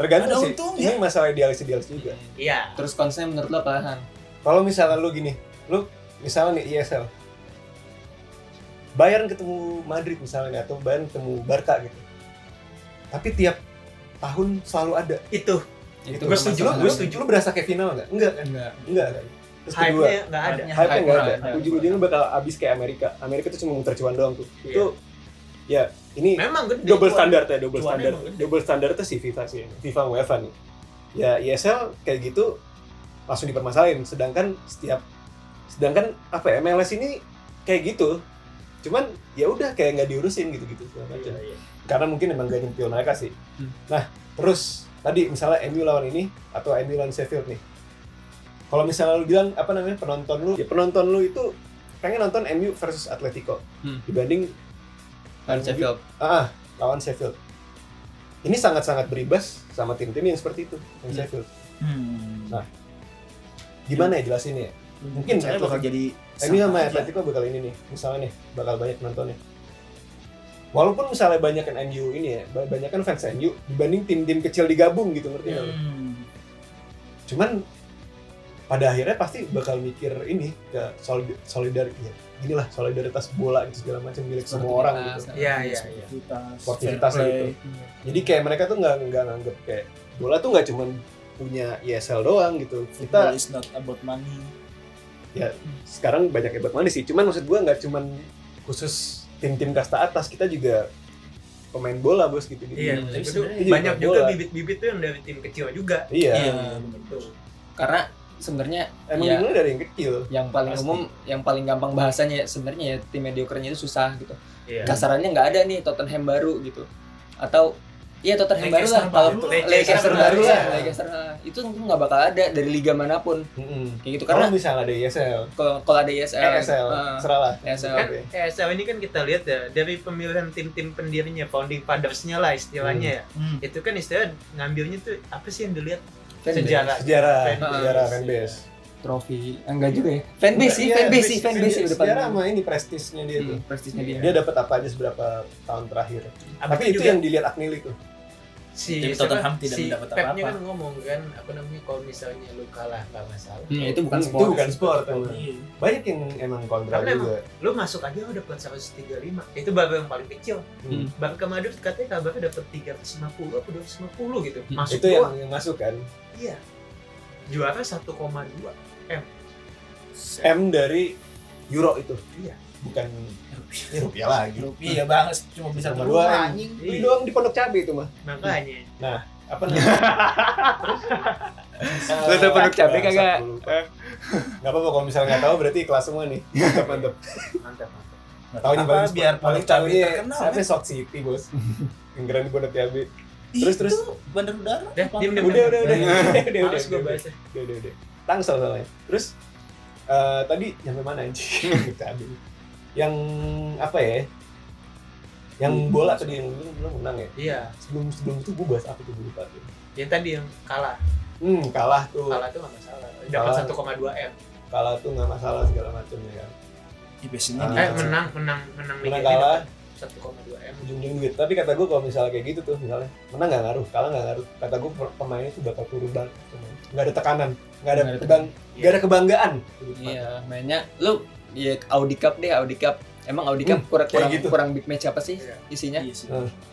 Tergantung
Ada
sih.
untungnya.
Ini masalah idealis idealis juga.
iya
terus konsepnya menurut lo apa Han?
Kalau misalnya lu gini, lu misalnya nih ESL, Bayern ketemu Madrid misalnya atau Bayern ketemu Barca gitu. Tapi tiap tahun selalu ada.
itu
itu
Ya, Gua setuju,
permasalahan.
gue setuju. Lu berasa kayak final nggak? Enggak kan?
enggak
Enggak kan? Terus kedua,
hype-nya nggak ada
hype
Hype
nggak
kurang,
ada.
hype
Ujung-ujungnya bakal abis kayak Amerika. Amerika tuh cuma muter cuan doang tuh.
Iya.
Itu ya ini
memang gede Iya,
double
Cuan.
standar ya double
cuannya
standar.
emang gede.
Double standar tuh si FIFA sih, FIFA sama UEFA nih. Ya ESL kayak gitu langsung dipermasalahin. Sedangkan setiap sedangkan apa ya MLS ini kayak gitu. Cuman ya udah kayak nggak diurusin gitu-gitu segala macam.
Iya, iya.
Karena mungkin emang gak nyempil mereka sih.
Hmm.
Nah terus tadi misalnya MU lawan ini atau MU lawan Sheffield nih. Kalau misalnya lu bilang apa namanya penonton lu, ya penonton lu itu pengen nonton MU versus Atletico
Hmm.
dibanding
Lawan Sheffield
ah ah, lawan Sheffield. Ini sangat-sangat beribas sama tim-tim yang seperti itu, yang
Hmm.
Sheffield.
Hmm.
Nah, Gimana ya jelasinnya? ya?
Mungkin kan. Eh, saya
Atletico-
bakal jadi
MU sama
aja.
Atletico bakal ini nih, misalnya nih, bakal banyak penontonnya. Walaupun misalnya banyak kan MU ini ya, banyak kan fans MU dibanding tim-tim kecil digabung gitu ngerti nggak lu?
Hmm.
cuman pada akhirnya pasti bakal mikir ini ke solid solidar ya inilah solidaritas bola gitu segala macam milik semua orang
Nah,
gitu
Iya, iya, iya.
Sportivitas,
Sportivitas
fair play.
gitu. jadi kayak mereka tuh nggak nggak nganggep kayak bola tuh nggak cuman punya ISL doang gitu
Football
kita
Iya.
is not about money.
sekarang banyak hebat manis sih cuman maksud gua nggak cuman khusus tim-tim kasta atas kita juga pemain bola bos gitu gitu
Iya,
Hmm,
maksud gue
sebenarnya
tuh banyak
bola.
juga bibit-bibit tuh yang dari tim kecil juga.
iya
Iya, bener.
Tuh.
karena sebenarnya
Emang
Iya.
dimulai dari yang kecil.
yang paling
Pasti.
umum yang paling gampang bahasanya ya, sebenarnya ya tim mediokernya itu susah gitu
Iya.
kasarannya nggak ada nih Tottenham baru gitu atau iya Tottenham baru lah
Leicester
kalau
baru.
Leicester
Leicester
baru
baru
lah
ya.
Leicester ah. itu mungkin nggak bakal ada dari liga manapun kayak gitu
Karena
karena
bisa nggak ada E ESL,
kalau kalau ada E ESL,
ESL,
ah,
E serah lah.
ESL.
kan
Iya.
ESL ini kan kita lihat ya dari pemilihan tim-tim pendirinya founding fathers-nya lah istilahnya ya
Hmm.
itu kan istilah ngambilnya tuh apa sih yang dilihat
Fanbase.
sejarah
Sejarah,
Fanbase.
sejarah fanbase.
trofi Ah, enggak juga ya fanbase sih
Iya,
fanbase sih fanbase sih
sejarah,
udah paling
Sejarah sama ini prestisnya dia tuh.
hmm, prestisnya dia
Dia dapat apa aja seberapa tahun terakhir.
Abis
Tapi itu
juga
yang dilihat Agnelli tuh.
si
Tim
siapa?
Tottenham tidak
si
mendapat
Pep-nya
apa-apa.
kan ngomong kan apa namanya kalau misalnya lu kalah nggak masalah
Hmm, itu bukan
Hmm,
sport
Itu bukan sport. emang.
Iya.
Banyak yang emang kontra
Karena
juga.
lu masuk aja udah dapat 135 itu baru yang paling kecil
Hmm.
Barca Madrid katanya kabarnya dapat 350 apa 250 gitu
Hmm,
masuk
Itu
doang
yang, yang masuk kan.
iya juara 1,2
M dari Euro itu.
Iya.
Bukan
Iya.
ini rupiah lagi.
Rupiah Iya, banget cuma bisa
Cuma
berdua.
dua.
anjing.
Beli doang di pondok cabe itu mah.
Iya, makanya
Apa namanya?
Lu tau pondok cabe kagak?
Bangsat, gua eh, lupa. Nggak apa-apa kalau misalnya nggak tahu berarti kelas semua nih. Mantap mantap.
mantap mantap
Tahu
Apa, biar paling cabe terkenal.
Tapi
kan?
South City, Bos. Yang keren di pondok cabe. Terus, terus.
Itu bandar udara.
Dah, diem,
Udah
diem,
udah
diem.
udah. Udah udah.
Iya, Males
udah,
gua
udah.
bahasnya.
Udah, udah, udah. Tangsel soalnya. Terus eh, tadi nyampe mana anjing? Cabe. yang apa ya? Yang
Hmm.
bola tadi yang belum belum menang ya.
iya
Sebelum sebelum itu gue bahas apa tuh gue lupa tuh.
yang tadi yang kalah
Hmm, kalah tuh.
kalah tuh nggak masalah
Kalah.
dapat 1,2 m
Kalah tuh nggak masalah segala macam ya kan.
Ya, biasanya
Ah.
di-
eh menang menang menang kan
Menang
dikit
kalah.
dapat 1,2 m
Ujung-ujung duit. gitu. Tapi kata gue kalau misalnya kayak gitu tuh misalnya menang nggak ngaruh, kalah nggak ngaruh. Kata gue pemainnya tuh bakal turun banget. Nggak ada tekanan, nggak ada
Nggak ada
kebang, nggak ada kebanggaan.
iya mainnya lu ya Audi Cup deh Audi Cup emang Audi Cup kurang kurang,
gitu.
kurang big match apa sih
Iya.
isinya
Iya sih.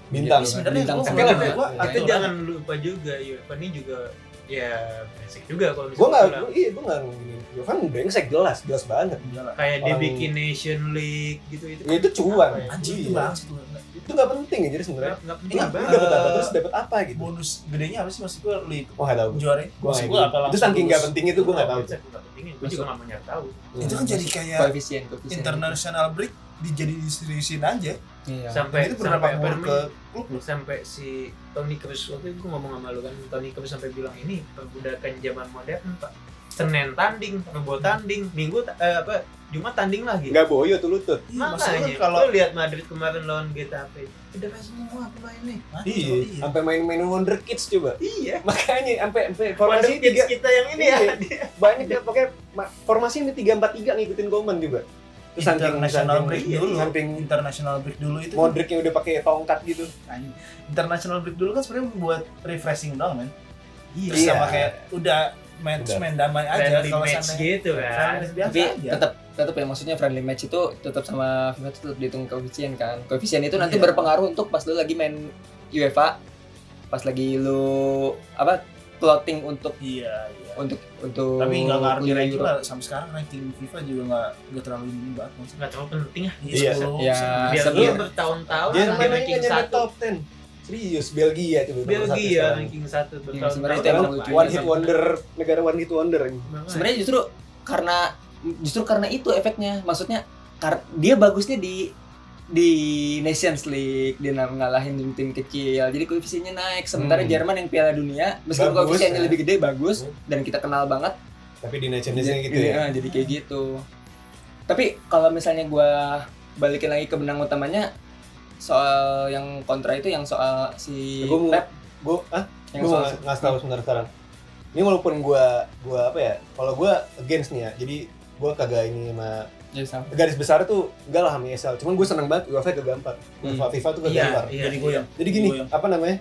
Bintang.
Iya,
Sebenarnya
Bintang
gua- Iya.
sebenarnya.
gua- gua-
tapi
gua-
jangan lupa juga UEFA ini juga ya basic juga kalau
Gue nggak,
bilang.
gua- iya gue nggak ngomongin. Ya kan brengsek jelas, jelas banget.
Udah lah.
kayak dia
Orang-
bikin Nation League gitu itu
Ya itu cuan.
Apa ya?
Anjing itu
Iya.
banget sih, gua.
Itu nggak penting ya jadi sebenarnya.
nggak nggak
Ini
penting
nggak
banget
dapat apa
Eh,
terus dapat apa gitu?
Bonus gedenya apa sih maksud gua lu itu?
Oh nggak tahu.
Juara.
Gua
Maksud
nggak
gua
ikut.
apa
Itu
langsung
saking nggak
bonus?
penting itu gue nggak tahu. Iya.
Itu nggak pentingin gue juga nggak mau nyari tahu
Itu kan jadi kayak
koefisien koefisien
international break dijadi diseriusin aja.
iya
sampai
Itu
sampai
beberapa
apa
umur ke
namanya
klub loh.
sampai si Tony Cruz waktu itu gue ngomong sama lu kan Tony Cruz sampai bilang ini perbudakan zaman modern pak Senin tanding, Rebo tanding, Minggu ta- eh, apa Jumat tanding lagi.
Nggak boyo tuh lutut.
Iya, maksud
Makanya
gua kalau
lu lihat Madrid kemarin lawan Getafe, udah kan semua pemainnya.
Maco,
Iya. Sampai main-main Wonder Kids coba.
Iya.
Makanya sampai sampai
Formasi
formasi tiga
kita yang ini ya.
banyak ya pakai ma- formasi ini tiga empat tiga ngikutin Goman juga. Terus samping-
International
samping-
break
iya,
dulu.
samping
international break dulu itu kan-
Modric yang udah pakai tongkat gitu.
Anjing. international break dulu kan sebenarnya buat refreshing doang men iya
Iya.
sama kayak udah match
Udah.
main damai aja
Friendly
kalau
match
sampai
gitu kan.
tapi tetap tetap ya maksudnya friendly match itu tetap sama FIFA itu tetap dihitung koefisien kan koefisien itu nanti
Iya.
berpengaruh untuk pas lu lagi main UEFA pas lagi lu apa plotting untuk
iya iya
untuk
Oh,
untuk
tapi nggak ngaruh di
Liga
ranking
Euro.
lah sampai sekarang ranking FIFA juga nggak nggak terlalu ini banget maksudnya
Nggak terlalu penting
Nah,
ya.
Iya.
sepuluh,
Ya,
sepuluh.
Biar
Sebelum-
lu bertahun-tahun
Dia
sampai
dia mainnya
ranking
nyampe
satu.
top 10. Serius Belgia coba. nomor satu
Belgia
sekarang.
ranking satu
Iya, sebenarnya itu
bertahun-tahun.
emang lucu.
One hit wonder, negara one hit wonder ini.
Makanya.
sebenarnya justru karena justru karena itu efeknya maksudnya kar- dia bagusnya di di Nations League dia ng- ngalahin tim tim kecil jadi koefisiennya naik sementara
Hmm.
Jerman yang Piala Dunia meskipun
Bagus,
koefisiennya
ya.
lebih gede bagus
Hmm.
dan kita kenal banget
Tapi di Nations League
Jadi-
gitu ya.
iya, jadi kayak gitu tapi kalau misalnya gua balikin lagi ke benang utamanya soal yang kontra itu yang soal si
Ya, Gua mau-
Nah,
Pep
Gue ah,
yang
gue
soal
nggak ngasih tahu sebentar sekarang. Ini walaupun gue gue apa ya? Kalau gue against nih ya. Jadi gue kagak ini sama
ya, sama.
garis besar tuh enggak lah sama ESL. Cuman gue seneng banget UEFA gak gampar. UEFA FIFA tuh gak
Iya,
gampar.
iya.
jadi goyang
Jadi gini,
Goyang.
apa namanya?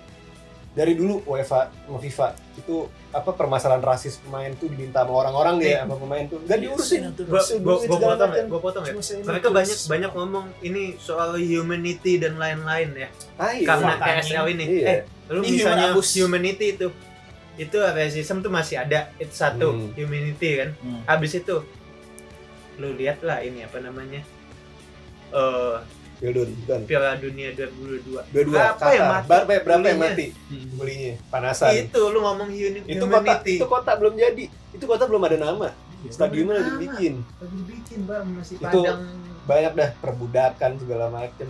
Dari dulu UEFA sama FIFA itu apa permasalahan rasis pemain tuh diminta sama orang-orang
Iya.
dia sama pemain tuh gak diurusin.
Gua, gua,
Duit
gua
segala
potong ya,
macam.
gua potong ya.
Cuma saya ini
Mereka
tulis.
banyak banyak ngomong ini soal humanity dan lain-lain ya.
Tai.
Karena
Makanya.
ESL ini.
Ah, Iya.
Eh, lu
Ini
misalnya
human abuse.
humanity itu itu racism tuh masih ada itu satu
Hmm.
humanity kan
Hmm.
habis itu lu lihatlah ini apa namanya eh
Wildon, Don.
Piala Dunia 2022.
Dua-dua,
Apa yang
Qatar.
mati?
Bar- eh, berapa yang
Belinya.
mati?
Hmm.
Belinya, panasan.
Itu lu ngomong human- humanity.
Itu kota, itu kota belum jadi. Itu kota belum ada nama.
iya.
Stadionnya lagi
Nama.
bikin.
Lagi dibikin, Bang, masih
Itu-
Padang.
Banyak dah perbudakan segala macem.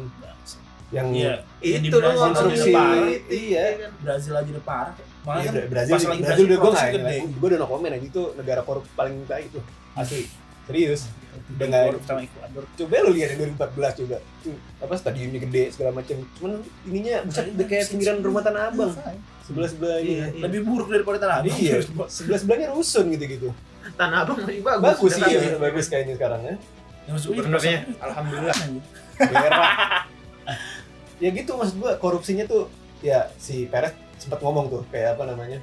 Yang
Iya. Ya, di
Itu lu
Brazil
ngomong
konstruksi.
humanity.
Iya.
kan?
Brazil aja udah parah. Malah
Iya,
kan
Bra- Brazil,
pas
Brazil,
lagi gitu
udah gue
korupsi
nggak
gede.
gue udah no comment aja itu negara korup paling tai itu asli serius.
Udah
Udah
nggak
nggak-
korup sama Ekuador.
Coba lu lihat yang 2014 juga Tuh, apa stadiumnya gede segala macam. Cuman ininya buset udah kayak pinggiran rumah tanah abang sebelah
Iya,
sebelahnya.
iya.
Kan, Lebih buruk daripada tanah abang.
Iya, sebelah sebelahnya rusun gitu-gitu.
Tanah Abang masih bagus.
Bagus
Tanah
iya,
Abang.
bagus kayaknya sekarang ya.
Yang Iya, masuk UI
Gubernurnya.
pasang- Alhamdulillah.
Berak. ya gitu maksud gua korupsinya tuh ya si Perez sempat ngomong tuh kayak apa namanya.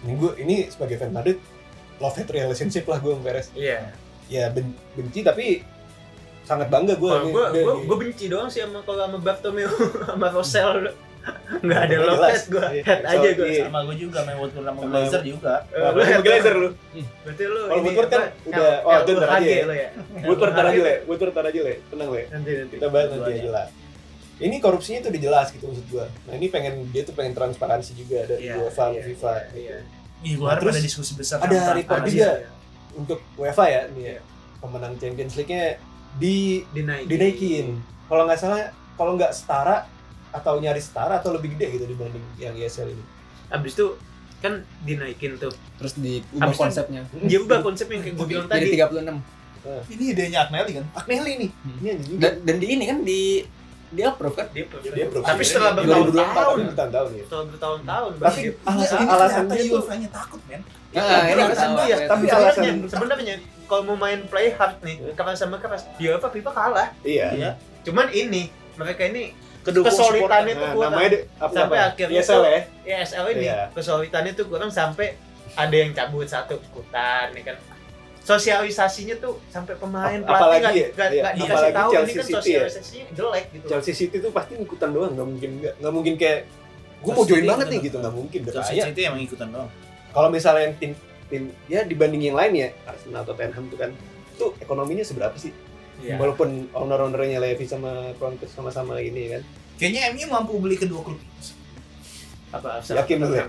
Ini gua ini sebagai fan Madrid love hate relationship lah gua sama Perez.
Iya.
ya ben- benci tapi sangat bangga gue
Kalau gue gue gue benci doang sih sama kalau sama Bartomeu sama Rosel nggak ada
Jelas.
loket gue
Iya.
head aja gue.
Iya.
Sama gue juga main Watford sama
Sama-
Blazer juga.
Eh, lu head-
Glazer Nah, lu
Berarti lu
Kalau Woodward kan
apa,
udah-
L-
oh, itu ntar
LHG
aja ya.
lu ya.
Woodward tar aja
LHG.
le Woodward tar aja le tenang le
Nanti nanti.
kita bahas nanti
Dua-duanya.
aja lah ini korupsinya tuh udah jelas gitu maksud gue nah ini pengen dia tuh pengen transparansi juga dari
Iya,
UEFA
iya,
FIFA
iya.
Ih, gue
Nah,
harap
terus
ada diskusi besar.
ada
tentang
report
analisis.
juga. untuk UEFA ya ini ya pemenang Champions League-nya di
Dinaikin.
dinaikin kalau nggak salah kalau nggak setara atau nyaris setara atau lebih gede gitu dibanding yang ESL ini
Abis itu kan dinaikin tuh.
terus diubah
Abis itu-
konsepnya
Dia ubah konsep yang kayak gue bilang
jadi
tadi.
36
Ini idenya Agnelli kan?
Agnelli nih
Hmm.
ini anjing juga
dan, dan di ini kan di di approve kan
Ya,
Dia
dia
perfect.
produksi.
Tapi setelah
Dia
bertahun-tahun,
2024, bertahun-tahun ya.
setelah bertahun-tahun. Bang,
Tapi
dia-
alasan
Ini
alasan
ternyata
dia tuh
UEFA-nya takut, men.
Iya.
Iya,
nah, ini
alasan
tahu
dia,
apa ya.
tapi
sebenarnya
alasan-
sebenarnya kalau mau main play hard nih keras sama keras dia apa FIFA kalah
iya.
Iya.
cuman ini mereka ini
Kedukung
kesulitannya tuh
Nah,
kurang
namanya de- apa
Sampai
apa?
akhirnya
ESL
tuh-
ya.
ESL E ini
Iya.
kesulitannya tuh kurang sampai ada yang cabut satu kutan ya kan sosialisasinya tuh sampai pemain
Ap-
pelatih
apalagi
nggak
ya,
nggak-
iya,
nggak dikasih
apalagi
tahu ini
Chelsea
kan
City ya.
sosialisasinya jelek gitu
Chelsea City tuh pasti ngikutan doang, nggak mungkin nggak nggak mungkin kayak gue mau
Chelsea
join
City
banget nih
bener.
gitu nggak mungkin udah
Chelsea
kaya.
City emang ikutan doang.
Kalau misalnya yang tim tim ya dibanding yang lain ya Arsenal atau Tottenham tuh kan tuh ekonominya seberapa sih?
Iya.
Walaupun owner-ownernya Levy sama Prontes sama-sama ini kan.
Kayaknya MU mampu beli kedua klub itu.
apa
Yakin lu ya?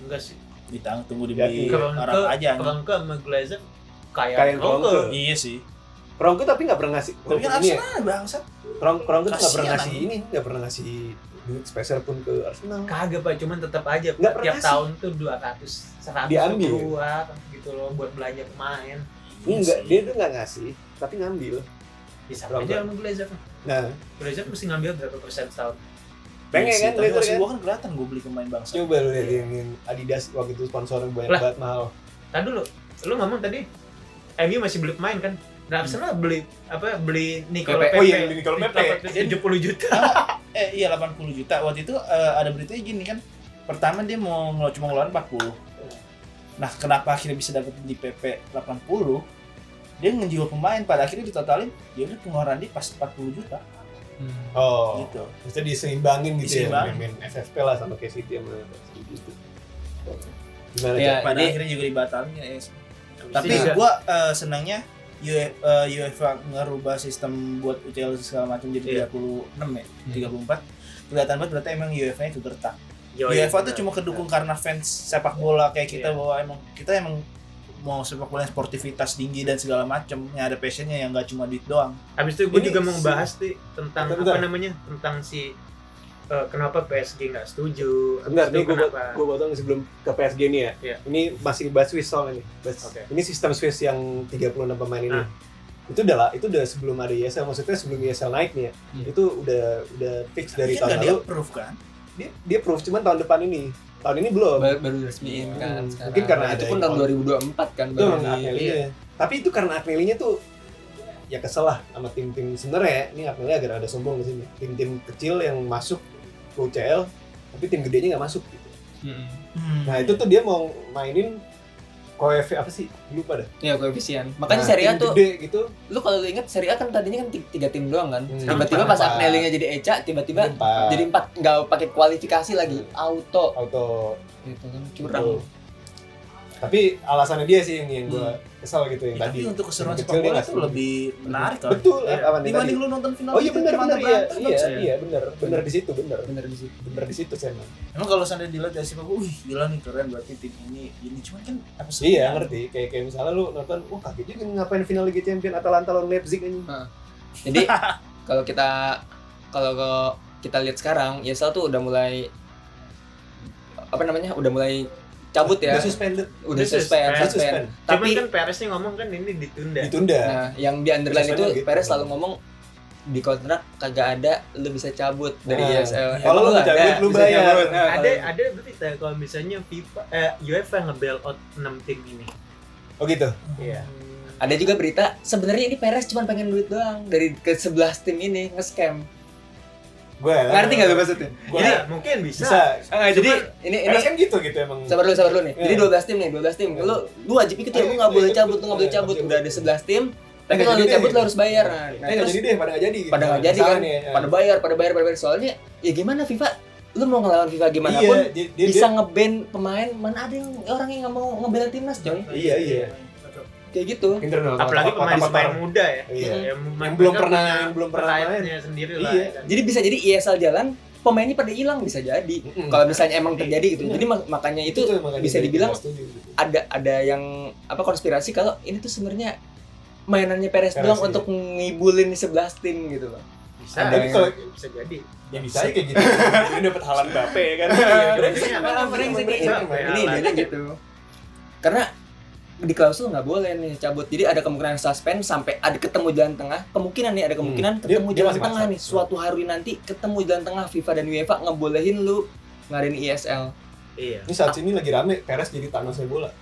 enggak sih
Ditang tunggu
Yakin.
dibeli
Kalau-
orang aja. anjing.
kalau enggak sama Glazer
Kayak
kayak
Kroenke.
Kroenke
Iya sih.
Kroenke tapi nggak pernah ngasih.
Tapi kan
ini ya,
Arsenal bangsat.
Kron- Kroenke tuh nggak pernah
Kasihan.
ngasih ini, nggak pernah ngasih duit spesial pun ke Arsenal.
kagak pak cuman tetap aja
Nggak pernah
tiap
sih.
tahun tuh 200 100
Diambil.
keluar gitu loh buat belanja pemain
Enggak,
Iya sih.
dia tuh nggak ngasih, tapi ngambil.
bisa
Berapa?
aja sama Glazer
Nah,
Glazer mesti ngambil berapa persen setahun
Pengen
Iya sih,
kan,
Tapi
Glazer
maksud
kan?
gua kan kelihatan gue beli pemain bangsa.
coba lu lihat yang yang Adidas waktu itu sponsornya banyak
Lah.
banget mahal.
Tadi dulu, lu ngomong tadi MU masih beli pemain kan? Nah, Arsenal beli apa? Beli Nicola
Pepe.
Pepe.
Hmm. Oh iya, beli Nicola Pepe.
Pepe 70 juta.
Eh iya 80 juta. Waktu itu eh, ada beritanya gini kan. Pertama dia mau ngelu- cuma ngeluarin 40. Nah, kenapa akhirnya bisa dapat di PP 80? Dia ngejual pemain pada akhirnya ditotalin ya udah pengeluaran dia pas 40 juta
Oh,
gitu.
maksudnya diseimbangin gitu
Diseimbangin.
ya, main, main FFP lah sama kayak City sama City gitu. Gimana
Ya,
Cak?
Pada
Jadi-
akhirnya juga dibatalin ya. ya. Tapi
Iya.
gua eh, senangnya UE- eh, UEFA ngerubah sistem buat UCL segala macam jadi 36 ya, 34. Kelihatan banget berarti emang UEFA-nya itu gertak.
Yo, iya,
UEFA tuh
benar.
cuma kedukung karena fans sepak bola kayak
Iya.
kita bahwa emang kita emang mau sepak bola yang sportivitas tinggi dan segala macam yang ada passionnya yang nggak cuma duit doang
Habis Iya. itu gue
Ini
juga mau
si-
bahas nih tentang
Bentar,
apa
bentar.
namanya? Tentang si eh, kenapa PSG nggak setuju? Habis
Bentar,
itu
nih gue
kenapa?
gue potong sebelum ke PSG nih ya.
Iya.
Ini masih bahas Swiss soalnya nih. Bahas-
Oke.
Ini sistem Swiss yang 36 pemain ini.
Ah.
Itu udah lah, itu udah sebelum ada ESL, maksudnya sebelum ESL naik nih ya.
Hmm.
Itu udah udah fix dari
Mungkin nggak
tahun
di
lalu.
approve kan
Dia dia proof cuman tahun depan ini. Tahun ini
Oh.
belum.
baru, baru diresmiin kan
Hmm,
sekarang.
mungkin karena
Nah, itu
ada
pun tahun
yang-
2024 kan
itu
baru
emang
di-
Agnelli-nya. tapi itu karena Agnelli-nya tuh ya kesel lah sama tim-tim sebenarnya ya, ini Agnelli agak ada sombong di sini tim-tim kecil yang masuk ke UCL tapi tim gedenya nggak masuk gitu.
Mm-mm.
nah itu
Iya,
tuh dia mau mainin koef apa sih lupa dah
Iya koefisien. Makanya
Nah,
Serie A
tim
tuh,
gede gitu
lu kalau lu inget Serie A kan tadinya kan ti- tiga tim doang kan.
Hmm.
Tiba-tiba pas
Empat.
Agnelli-nya jadi Eca, tiba-tiba
empat
jadi empat nggak pakai kualifikasi lagi, auto
auto
gitu kan curang.
Tapi alasannya dia sih yang, yang gue
Hmm.
kesal gitu yang
Ya,
tadi.
tapi untuk keseruan
Yang
sepak
kecil dia
bola
nggak
itu
setuju.
lebih menarik kan
Betul,
Iya.
apa nih tadi?
dibanding lu nonton final
Oh iya
gitu,
benar
cuman
benar iya
berantem
iya
ya?
doang.
iya benar benar di situ benar
bener di situ
benar di situ saya emang.
emang kalau seandainya dilihat dari sepak bola wih gila nih keren berarti tim ini ini cuman kan apa sih
Iya ngerti kayak kayak misalnya lu nonton wah kaget juga ngapain final Liga Champion Atalanta lawan Leipzig ini.
jadi kalau kita kalau ke- kita lihat sekarang ESL tuh udah mulai apa namanya udah mulai cabut ya
Udah suspended,
udah
Udah
suspend
suspend.
udah
suspend
suspend.
Tapi
tapi
kan Peresnya ngomong kan ini ditunda.
Ditunda.
Nah, yang di underline itu
Biasanya gitu.
Perez selalu ngomong di kontrak kagak ada lu bisa cabut dari
Nah,
ESL.
kalau lu cabut, lu
bisa
bayar.
cabut. Nah,
ada
kalau-
ada berita ya, kalau misalnya FIFA eh, UEFA nge-bail out 6 tim ini.
Oh gitu.
Iya.
ada juga berita sebenarnya ini Perez cuma pengen duit doang dari ke 11 tim ini nge-scam.
Gue
Ngerti enggak lu maksudnya?
Gua-
Jadi mungkin bisa.
Bisa.
Ah, jadi ini ini
Karena kan gitu gitu emang.
sabar lu sabar lu nih.
Iya.
Jadi 12 tim nih, 12 tim.
Iya.
Lu lu wajib ikut ya, lu enggak boleh cabut, lu enggak boleh cabut. Udah ada 11 tim, tapi
Nggak
kalau
Nah, jadi
lu cabut
deh.
lu harus bayar. Nah,
Eh nggak
terus
jadi deh pada nggak jadi. gitu.
pada nggak jadi
Salah
kan.
nih, ya.
pada bayar, pada bayar, pada bayar. Soalnya ya gimana FIFA? Lu mau ngelawan FIFA gimana
Iya,
pun
dia, dia,
bisa
dia-
ngeband pemain mana ada yang orang yang nggak mau ngebela timnas coy
Iya, iya.
kayak gitu
internal.
Apalagi
kotak-kotak
pemain-pemain
kotak.
muda ya.
Iya.
Hmm.
Yang,
Yang belum pernah yang belum pernah main.
pernah sendiri
Iya.
lah. ya kan.
jadi bisa jadi ISL jalan pemainnya pada hilang bisa jadi
Mm-mm.
kalau misalnya emang terjadi gitu
Iya.
jadi mak- makanya itu
tuh emang nggak
bisa
jadi,
dibilang-
nggak setuju gitu.
ada ada yang apa konspirasi kalau ini tuh sebenarnya mainannya Perez
Perez,
doang
iya.
untuk ngibulin 11 tim gitu loh
Bisa.
Ada
bisa,
Nah, yang-
bisa jadi.
Ya bisa aja kayak gitu. Ini dapat halan Bape ya
Iya,
kan.
Brengsek,
Emang brengsek,
brengsek,
iya.
brengsek.
Ya,
ini dia gitu karena di klausul nggak boleh nih cabut jadi ada kemungkinan suspend sampai ada ketemu jalan tengah kemungkinan nih ada kemungkinan
Hmm. Dia-
ketemu
dia
jalan
masih
tengah
maksa.
nih suatu hari nanti ketemu jalan tengah FIFA dan UEFA ngebolehin lu ngarin ISL
Iya.
Ini saat ini lagi rame Perez jadi Thanos bola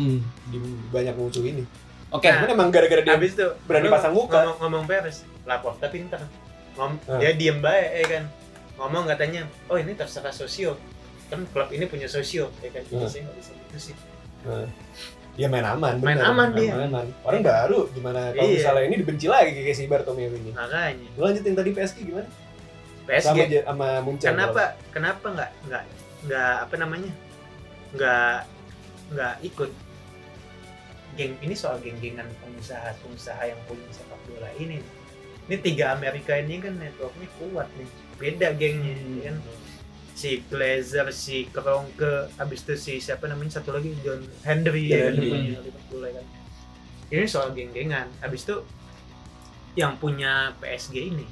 hmm.
di banyak musuh ini.
oke
Nah,
Cuman emang gara-gara dia
Habis tuh
berani
lu
Nah.
pasang muka.
Ngomong, ngomong Peres, lapor tapi pinter. Ngom,
Hmm.
Dia diem baik ya kan. Ngomong katanya, oh ini terserah sosio. Kan klub ini punya sosio ya kan. Jadi
Hmm.
saya nggak bisa gitu sih.
Ya main aman,
Main
bener.
aman dia.
aman. Orang baru gimana kalau
Iya.
misalnya ini dibenci lagi kayak si Bartomeu ini.
Makanya
Lu lanjutin tadi PSG gimana? Sama
PSG
aja sama Munchen.
kenapa kenapa nggak nggak nggak apa namanya nggak nggak ikut geng ini soal geng-gengan pengusaha-pengusaha yang punya sepak bola ini nih. ini tiga Amerika ini kan networknya kuat nih beda gengnya ya kan si Glazer, si Kronke, habis itu si siapa namanya satu lagi John Henry
John
ya kan,
Henry.
punya Liverpool ya kan. Ini soal geng-gengan. Habis itu yang punya PSG ini,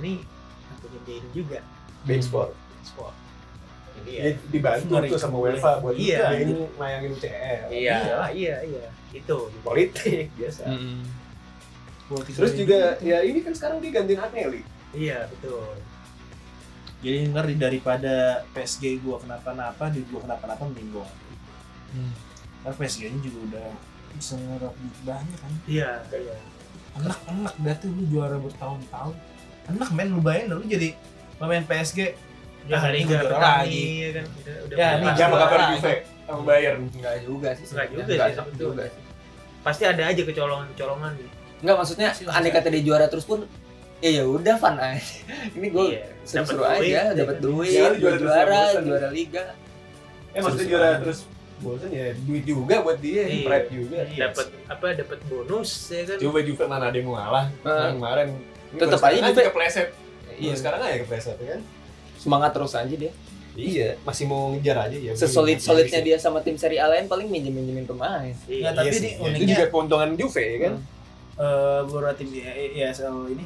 ini yang punya geng juga
Baseball.
sport. Jadi ya,
Ya, dibantu
Ngeri.
tuh sama UEFA buat
Iya.
iya. ini layangin CL.
iya, iya, iya, itu.
Politik biasa.
Mm-mm.
Terus juga ya ini kan sekarang dia gantiin Agnelli.
Iya betul.
jadi ngeri daripada PSG gua kenapa-napa di gua kenapa-napa mending gua
Hmm.
karena PSG nya juga udah bisa ngerap duit banyak kan
Iya, iya.
enak enak dah tuh lu juara bertahun-tahun enak men lu bayangin dah, lu jadi pemain PSG
Dia
Ah,
nggak
ini
liga
udah
petani
lagi.
ya kan. Udah, udah
Ya,
punya pasar.
ini
Ya sama kabar
Juara.
Juve sama Bayern.
nggak juga sih
Nggak juga
Nggak
sih,
enak
betul.
juga sih.
Pasti ada aja gitu. kecolongan-colongan nih.
nggak maksudnya
Sih,
aneh kata dia juara terus pun ya ya udah fun aja ini gue
Iya,
seru-seru
dapat duit,
aja
ya
dapat
kan.
duit
Jangan
juara
juara terus nggak
juara,
bosan.
liga
Eh maksudnya
Terus-
juara terus bosan ya duit juga buat dia,
Iya.
pride juga.
Dapat apa? Dapat bonus ya kan.
Coba Juve mana ada yang mau ngalah
Eh.
kemarin.
Tetep
Ini baru sekarang
aja Juve.
kepleset.
Iya.
Iya, sekarang aja kepleset ya kan.
semangat terus aja dia
Iya, masih mau ngejar aja ya.
sesolid solidnya dia sama tim seri A lain paling minjem minjemin pemain
Nggak,
Iya.
Ya, tapi
Tapi
ini
ini
uniknya-
juga keuntungan Juve ya kan.
eh beberapa tim di ESL ini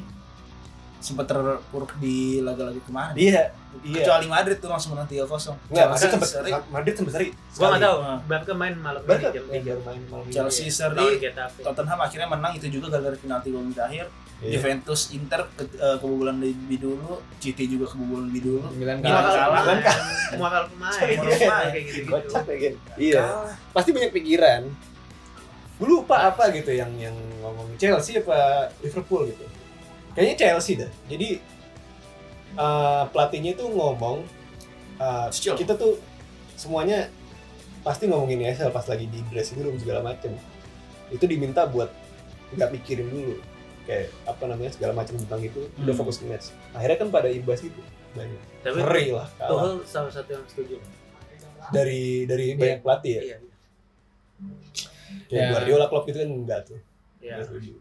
sempat terpuruk di laga-laga kemarin
Iya, iya.
kecuali Madrid tuh langsung menang 3-0
Enggak,
Chelsea
Madrid sempet
seri
Madrid sempet seri.
Gua nggak tahu.
Nah,
Barca main malam
Barca
ini jam
yang baru main malam
3
ini.
Chelsea
lawan
seri
Getafe.
Tottenham akhirnya menang itu juga gara-gara penalti gol menit akhir
Iya.
Juventus Inter ke, eh, kebobolan lebih dulu CT juga kebobolan lebih dulu
Milan kalah.
Milan
Moral
salah.
pemain, moral pemain,
Sorry.
moral pemain kayak gitu.
Kocak ya kan.
Ah.
Iya. Pasti banyak pikiran. Gue lupa apa gitu yang yang ngomong Chelsea apa Liverpool gitu. Kayaknya Chelsea dah. Jadi eh, pelatihnya tuh ngomong eh,
Cicil.
kita tuh semuanya pasti ngomongin ESL pas lagi di dressing room segala macem itu diminta buat nggak mikirin dulu kayak apa namanya segala macam tentang itu udah
Hmm.
fokus ke match akhirnya kan pada imbas itu banyak
Tapi
ngeri lah kalah
Tuchel salah satu yang setuju.
dari dari
Iya.
banyak pelatih ya.
Iya.
Kayak
Ya.
Guardiola klub itu kan enggak tuh.
Iya.
Enggak setuju.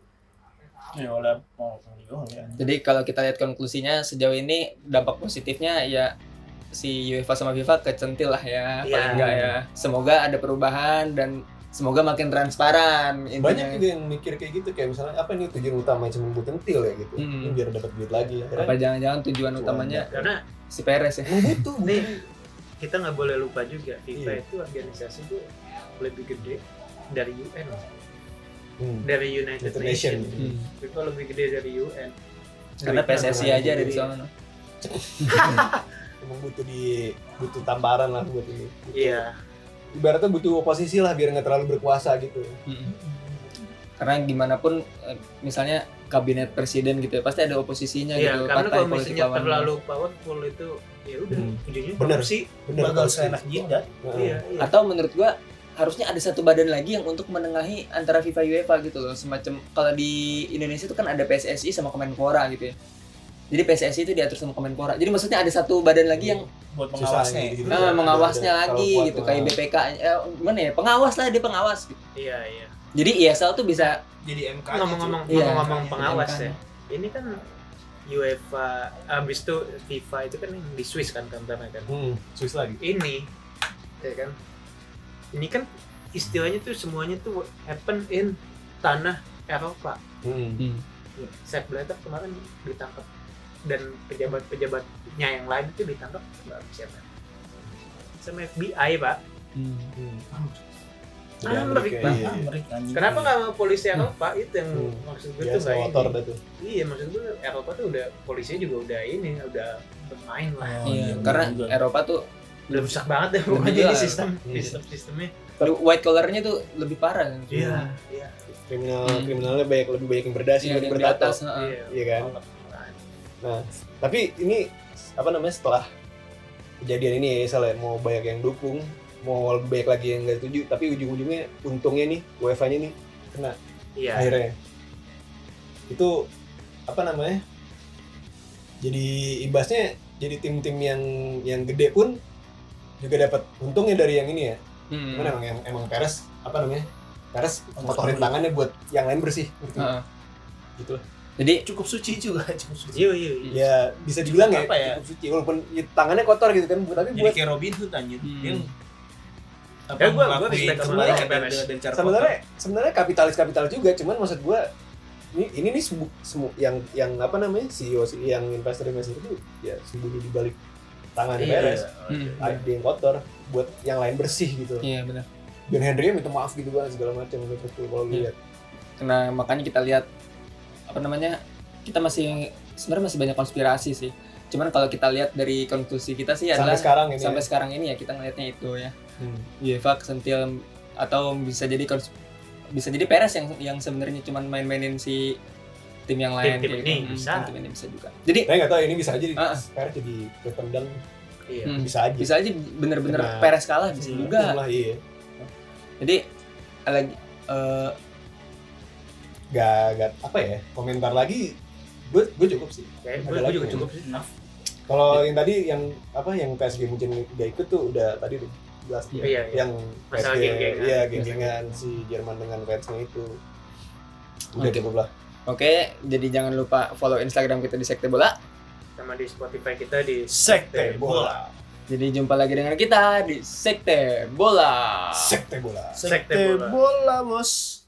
ya oleh mau Guardiola ya.
Jadi kalau kita lihat konklusinya sejauh ini dampak positifnya ya si UEFA sama FIFA kecentil lah ya, paling
Iya.
enggak ya. Semoga ada perubahan dan semoga makin transparan
Banyak
intinya.
juga yang mikir kayak gitu kayak misalnya apa nih tujuan utama cuma butuh tentil ya gitu.
Hmm.
Ini Biar dapat duit lagi ya.
Apa jangan-jangan tujuan utamanya
Karena
si Perez ya?
Hmm.
Emang butuh.
nih kita nggak boleh lupa juga FIFA
Iya.
itu organisasi itu lebih gede dari UN
Hmm.
dari United
United
Nations
Nations.
Hmm.
FIFA lebih gede dari UN
Karena
Duitnya
PSSI
nggak
aja
gede.
dari sana.
Emang butuh di butuh tamparan lah buat ini.
iya
Ibaratnya butuh oposisi lah biar nggak terlalu berkuasa gitu.
Hmm.
Mm-mm. Karena gimana pun eh, misalnya kabinet presiden gitu ya pasti ada oposisinya
iya
gitu
karena kalau
politik
misalnya
lawan.
terlalu powerful itu ya udah
Hmm.
ujungnya
Benar.
korupsi
Bener
Bakal seenak jidat.
Nah,
iya iya
atau menurut gua harusnya ada satu badan lagi yang untuk menengahi antara FIFA UEFA gitu loh semacam kalau di Indonesia itu kan ada PSSI sama Kemenpora gitu ya jadi PSSI itu diatur sama Kemenpora jadi maksudnya ada satu badan lagi yang
susah
buat
gitu.
mengawasnya.
gitu-gitu.
eh, mengawasnya
Kalau
lagi
kuat,
gitu
nah.
kayak BPK eh, gimana ya pengawas lah dia pengawas gitu.
iya iya
jadi ISL tuh bisa
Jadi MK -nya,
ngomong-ngomong
cuy.
Iya.
ngomong-ngomong pengawas
MK-nya.
ya ini kan UEFA abis itu FIFA itu kan yang di Swiss kan kantornya kan
Hmm, Swiss lagi.
ini ya kan ini kan istilahnya tuh semuanya tuh happen in tanah Eropa
Hmm.
Iya.
Sepp Blatter kemarin ditangkap dan pejabat-pejabatnya yang lain itu ditangkap sama siapa sama FBI pak
Hmm.
Dari
Amerika,
Amerika,
iya,
Ah,
iya.
merik anjing.
kenapa nggak sama polisi Eropa itu yang
Hmm.
maksud gue
Iya,
tuh kayak
motor
ini.
dah tuh.
iya maksud gue Eropa tuh udah polisinya juga udah ini udah bermain lah
Oh,
iya,
iya,
karena
bener juga.
Eropa tuh
udah rusak banget deh
Lebih
pokoknya ini
jelas.
sistem
Iya.
sistem sistemnya
white collarnya tuh lebih parah kan
iya iya
Kriminal
Hmm.
kriminalnya banyak lebih banyak yang berdas
Iya,
dibanding
yang di
bertato.
atas heeh.
iya
Iya kan? Tapi ini apa namanya setelah kejadian ini ya salah mau banyak yang dukung, mau lebih banyak lagi yang nggak setuju, tapi ujung-ujungnya untungnya nih UEFA-nya nih
Ya.
iya
akhirnya itu apa namanya? Jadi imbasnya jadi tim-tim yang yang gede pun juga dapat untungnya dari yang ini ya.
Hmm.
Cuman emang yang emang Peres apa namanya? Peres
Untuk
kotorin
dulu.
tangannya buat yang lain bersih. Ngerti?
Heeh.
Gitu lah.
jadi
cukup suci juga, cukup suci.
iya iya iya.
Ya bisa dibilang ya,
Apa ya?
cukup suci walaupun ya, tangannya kotor gitu kan, tapi
Jadi
buat
kayak Robin Hood anjir.
Hmm.
Dia apa
Ya, gua- gua
ngelakuin
respect sama
kebaikan
Robin
dari-
Hood.
dari cara
sebenarnya sebenarnya kapitalis kapitalis juga, cuman maksud gua ini ini nih sembu, semu- yang yang apa namanya E CEO yang investor investor itu ya sembunyi di balik tangannya
Iya,
Peres,
hmm.
ada yang kotor buat yang lain bersih gitu.
iya benar
John Henry minta maaf gitu kan segala macam gitu kalau lu
Iya.
lihat.
karena makanya kita lihat apa namanya kita masih sebenarnya masih banyak konspirasi sih cuman kalau kita lihat dari konklusi kita sih adalah Iya,
Sampai
sampai,
sekarang ini. ya.
sekarang ini ya kita ngelihatnya itu ya
Hmm.
UEFA kesentil atau bisa jadi kons- bisa jadi Perez yang yang sebenarnya cuman main-mainin si tim yang lain kayak
Tim-tim ini
gitu. Hmm,
bisa.
tim-tim ini bisa juga jadi
Saya nggak tahu ini bisa aja di
Ah.
Peres jadi ketendang
iya
hmm,
bisa aja.
bisa aja bener-bener
Kena-
Perez kalah bisa
Iya.
juga
Lah, iya.
jadi lagi eh,
Gak, gak apa ya komentar lagi. Gue gue cukup sih. Ada
kayak gue juga
lagi.
cukup sih
Enough.
Kalau yang tadi yang apa yang PSG mungkin gak ikut tuh udah tadi udah jelas ya.
Iya, iya.
Yang
Masalah
PSG,
geng-gengan.
iya geng-gengan si Jerman dengan fansnya itu udah
Oke.
cukup lah.
oke jadi jangan lupa follow Instagram kita di Sekte Bola
sama di Spotify kita di
sekte bola.
Jadi jumpa lagi dengan kita di Sekte Bola.
Sekte bola.
Sekte bola.
bola, bos.